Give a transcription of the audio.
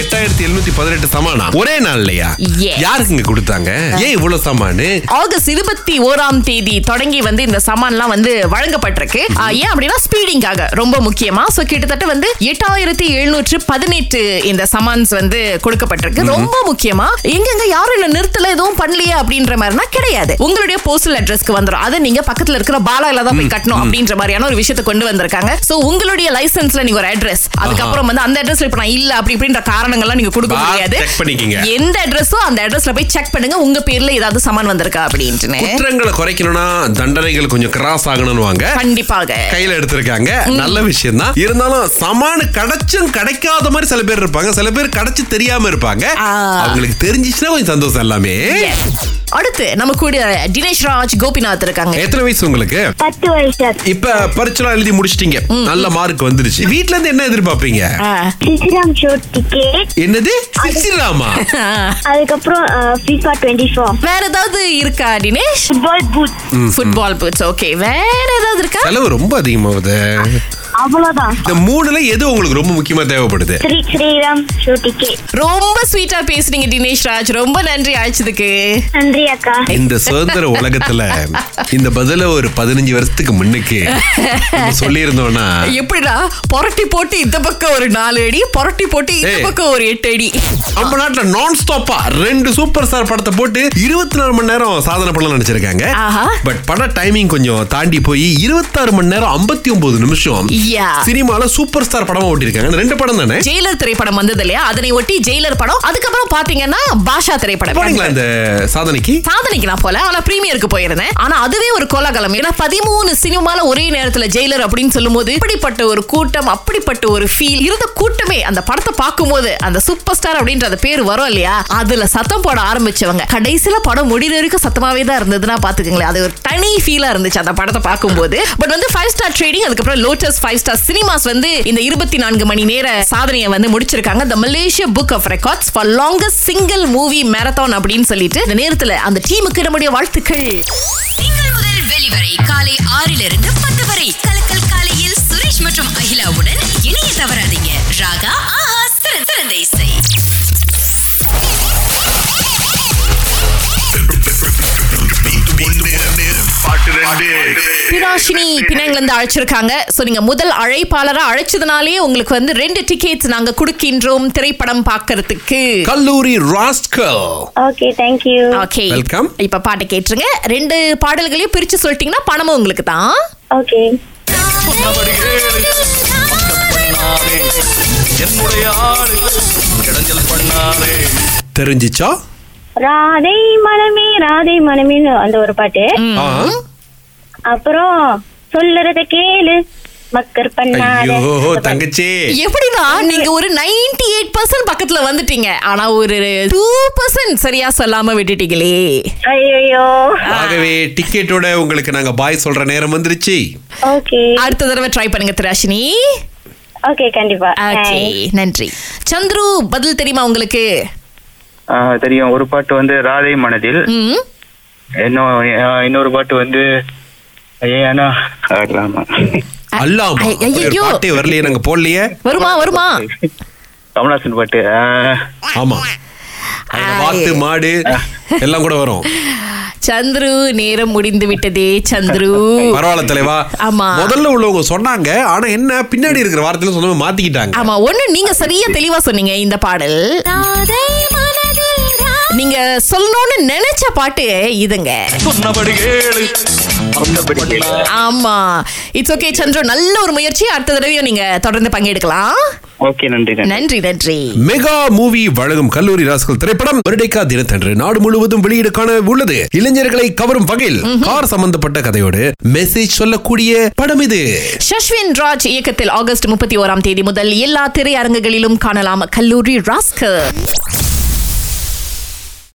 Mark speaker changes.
Speaker 1: எட்டாயிரத்தி எழுநூத்தி பதினெட்டு சமானா ஒரே நாள்லயா
Speaker 2: Yes.
Speaker 1: யாருக்குங்க கொடுத்தாங்க ஏன் இவ்வளவு சமானு
Speaker 2: ஆகஸ்ட் இருபத்தி ஓராம் தேதி தொடங்கி வந்து இந்த சமான்லாம் வந்து வழங்கப்பட்டிருக்கு ஆ, ஏன் அப்படின்னா ஸ்பீடிங்காக ரொம்ப முக்கியமா சோ கிட்டத்தட்ட வந்து எட்டாயிரத்தி எழுநூற்று பதினெட்டு இந்த சமான்ஸ் வந்து கொடுக்கப்பட்டிருக்கு ரொம்ப முக்கியமா எங்கெங்க யாரும் என்ன நிறுத்தல எதுவும் பண்ணலையே அப்படின்ற மாதிரினா கிடையாது உங்களுடைய போஸ்டல் அட்ரஸ்க்கு வந்துடும் அதை நீங்க பக்கத்துல இருக்கிற பாலால தான் போய் கட்டணும் அப்படின்ற மாதிரியான ஒரு விஷயத்தை கொண்டு வந்திருக்காங்க சோ உங்களுடைய லைசென்ஸ்ல நீங்க ஒரு அட்ரஸ் அதுக்கப்புறம் வந்து அந்த அட்ரஸ்ல இப்ப நான் இல்ல அப்படி இப்படின்ற காரணங்கள்லாம் நீங்க கொடுக்க
Speaker 1: Bar
Speaker 2: முடியாது
Speaker 1: check பண்ணிக்கிங்க.
Speaker 2: எந்த அட்ரஸோ அந்த அட்ரஸ்ல போய் செக் பண்ணுங்க உங்க பேர்ல ஏதாவது சமான் வந்திருக்கா அப்படின்ட்டுன்னு
Speaker 1: குற்றங்களை குறைக்கணும்னா தண்டனைகள் கொஞ்சம் கிராஸ் ஆகணும்னு வாங்க
Speaker 2: கண்டிப்பாக
Speaker 1: கையில எடுத்திருக்காங்க
Speaker 2: Mm.
Speaker 1: நல்ல விஷயம் தான் இருந்தாலும் சமானு கிடைச்சும் கிடைக்காத மாதிரி சில பேர் இருப்பாங்க சில பேர் கிடைச்சு தெரியாம இருப்பாங்க
Speaker 2: ஆ.
Speaker 1: அவங்களுக்கு தெரிஞ்சிச்சுன்னா கொஞ்சம் சந்தோஷம் எல்லாமே
Speaker 2: Yes. அடுத்து நம்ம கூட தினேஷ் ராஜ் கோபிநாத் இருக்காங்க
Speaker 1: எத்தனை வயசு உங்களுக்கு
Speaker 3: பத்து வயசு
Speaker 1: இப்ப பரீட்சை எழுதி முடிச்சிட்டீங்க
Speaker 2: Mm.
Speaker 1: நல்ல மார்க் வந்துருச்சு வீட்ல இருந்து என்ன எதிர்பார்ப்பீங்க
Speaker 2: ஆ.
Speaker 3: சிசிராம் ஷோ டிக்கெட்
Speaker 1: என்னது சிசிராமா
Speaker 3: அதுக்கப்புறம் FIFA டுவெண்ட்டி ஃபோர்
Speaker 2: வேற ஏதாவது இருக்கா Dinesh
Speaker 3: football booth
Speaker 2: football boots okay வேற ஏதாவது இருக்கா
Speaker 1: செலவு ரொம்ப அதிகமாகுது
Speaker 3: அவ்வளோதான்
Speaker 1: இந்த மூணுல எது உங்களுக்கு ரொம்ப முக்கியமா தேவைப்படுது
Speaker 3: ஸ்ரீ ஸ்ரீராம் ஷோ டிக்கெட்
Speaker 2: ரொம்ப ஸ்வீட்டா பேசுனீங்க தினேஷ் ராஜ் ரொம்ப நன்றி அழைச்சதுக்கு
Speaker 3: நன்றி அக்கா
Speaker 1: இந்த சுதந்திர உலகத்துல இந்த பதில ஒரு பதினஞ்சு வருஷத்துக்கு முன்னுக்கு சொல்லி இருந்தோம்னா
Speaker 2: எப்படிடா புரட்டி போட்டு இந்த பக்கம் ஒரு நாலு அடி புரட்டி போட்டு இந்த
Speaker 1: ஏய்.
Speaker 2: பக்கம் ஒரு எட்டு அடி
Speaker 1: நம்ம நாட்டுல நான் ஸ்டாப்பா ரெண்டு சூப்பர் ஸ்டார் படத்தை போட்டு இருபத்தி நாலு மணி நேரம் சாதனை பண்ணலாம் நினைச்சிருக்காங்க
Speaker 2: ஆஹா.
Speaker 1: பட் பட டைமிங் கொஞ்சம் தாண்டி போய் இருபத்தாறு மணி நேரம் ஐம்பத்தி ஒன்பது நிமிஷம்
Speaker 2: Yeah.
Speaker 1: சினிமால சூப்பர் ஸ்டார் படமா ஓட்டிருக்காங்க ரெண்டு படம் தானே
Speaker 2: ஜெயிலர் திரைப்படம் வந்தது இல்லையா அதனை ஒட்டி ஜெயிலர் படம் அதுக்கப்புறம் பாத்தீங்கன்னா பாஷா திரைப்படம்
Speaker 1: போனீங்களா இந்த சாதனைக்கு
Speaker 2: சாதனைக்கு நான் போல ஆனா பிரீமியருக்கு போயிருந்தேன் ஆனா அதுவே ஒரு கோலாகலம் ஏன்னா பதிமூணு சினிமால ஒரே நேரத்துல ஜெயிலர் அப்படின்னு சொல்லும்போது இப்படிப்பட்ட ஒரு கூட்டம் அப்படிப்பட்ட ஒரு ஃபீல் இருந்த கூட்டமே அந்த படத்தை பார்க்கும்போது அந்த சூப்பர் ஸ்டார் அப்படின்ற அந்த பேர் வரும் இல்லையா அதுல சத்தம் போட ஆரம்பிச்சவங்க கடைசியில படம் முடிகிற வரைக்கும் சத்தமாவே தான் இருந்ததுன்னா பாத்துக்கங்களேன் அது ஒரு தனி ஃபீலா இருந்துச்சு அந்த படத்தை பார்க்கும்போது பட் வந்து ஃபைவ் ஸ்டார் ட்ரேடிங் அதுக்கப்புறம் லோட்டஸ் ஃபைவ் ஸ்டார் சினிமாஸ் வந்து இந்த இருபத்தி நான்கு மணி நேர சாதனையை வந்து முடிச்சிருக்காங்க the Malaysia book of records for longest single movie marathon அப்படின்னு சொல்லிட்டு இந்த நேரத்துல அந்த டீமுக்கு நம்முடைய வாழ்த்துக்கள்
Speaker 4: திங்கள் முதல் வெளிவரை காலை ஆறிலிருந்து பத்து வரை கலக்கல் காலையில் சுரேஷ் மற்றும் அகிலாவுடன் இணைய தவறாதீங்க ராகா ஆஹா சிறந்த சிறந்த இசை
Speaker 2: பினாஷினி பினாங்ல இருந்து அழைச்சிருக்காங்க சோ நீங்க முதல் அழைப்பாளரா அழைச்சதுனாலே உங்களுக்கு வந்து ரெண்டு டிக்கெட்ஸ் நாங்க கொடுக்கின்றோம் திரைப்படம் பார்க்கறதுக்கு
Speaker 1: கல்லூரி rascal
Speaker 3: okay thank you
Speaker 2: okay
Speaker 1: Welcome.
Speaker 2: இப்ப பாட்டு கேட்டுருங்க ரெண்டு பாடல்களையும் பிரிச்சு சொல்லிட்டீங்கன்னா பணமும் உங்களுக்கு தான்
Speaker 3: ஓகே
Speaker 5: பண்ணாரே என்னுடைய ஆளு இடைஞ்சல் பண்ணாரே
Speaker 1: தெரிஞ்சிச்சா
Speaker 3: ராதை மனமே ராதை மனமேன்னு அந்த ஒரு பாட்டு
Speaker 1: ஆ.
Speaker 3: அப்புறம் சொல்லுறத கேளு மக்கர் பண்ணாத
Speaker 1: ஐயோ தங்கச்சி
Speaker 2: எப்படின்னா நீங்க ஒரு 98% எயிட் பர்சன்ட் பக்கத்துல வந்துட்டீங்க ஆனா ஒரு டூ பர்சன்ட் சரியா சொல்லாம விட்டுட்டீங்களே
Speaker 3: ஐயோ
Speaker 1: ஆகவே டிக்கெட்டோட உங்களுக்கு நாங்க பாய் சொல்ற நேரம் வந்துருச்சு
Speaker 3: ஓகே
Speaker 2: அடுத்த தடவை ட்ரை பண்ணுங்க திராஷினி
Speaker 3: ஓகே கண்டிப்பா
Speaker 2: ஓகே நன்றி சந்துரு பதில் தெரியுமா உங்களுக்கு
Speaker 6: ஆ, தெரியும் ஒரு பாட்டு வந்து ராதை மனதில்
Speaker 2: ம்
Speaker 6: இன்னும் ஆ, இன்னொரு பாட்டு வந்து ஏன்னா ஆடலாமா
Speaker 1: அல்லாமா
Speaker 2: ஐ- ஐயையோ.
Speaker 1: அப்படி ஒரு பாட்டே வரலையே நாங்க போடலையே
Speaker 2: வருமா வருமா
Speaker 6: கமலாசன் பாட்டு ஆ,
Speaker 1: ஆமா அதுல வாத்து மாடு எல்லாம் கூட வரும்
Speaker 2: சந்துரு நேரம் முடிந்து விட்டதே சந்துரு
Speaker 1: பரவாயில்ல தலைவா
Speaker 2: ஆமா.
Speaker 1: முதல்ல உள்ளவங்க சொன்னாங்க ஆனா என்ன பின்னாடி இருக்கிற வார்த்தையில சொன்னவங்க மாத்திக்கிட்டாங்க
Speaker 2: ஆமா ஒண்ணு நீங்க சரியா தெளிவா சொன்னீங்க இந்த பாடல் நீங்க சொல்லணும்னு நினைச்ச பாட்டு இதுங்க
Speaker 5: சொன்னபடி கேளு
Speaker 6: மறந்தபடி கேளு.
Speaker 2: ஆமா இட்ஸ் ஓகே சந்திர நல்ல ஒரு முயற்சி அடுத்த தடவையும் நீங்க தொடர்ந்து பங்கெடுக்கலாம்
Speaker 6: ஓகே நன்றி நன்றி
Speaker 2: நன்றி நன்றி
Speaker 1: மெகா மூவி வழங்கும் கல்லூரி ராஸ்கல் திரைப்படம் வருடைக்கா தினத்தன்று நாடு முழுவதும் வெளியீடு காண உள்ளது இளைஞர்களை கவரும் வகையில் கார் சம்பந்தப்பட்ட கதையோடு மெசேஜ் சொல்லக்கூடிய படம் இது
Speaker 2: சஷ்வின் ராஜ் இயக்கத்தில் ஆகஸ்ட் முப்பத்தி ஓராம் தேதி முதல் எல்லா திரையரங்குகளிலும் காணலாம் கல்லூரி ராஸ்கர்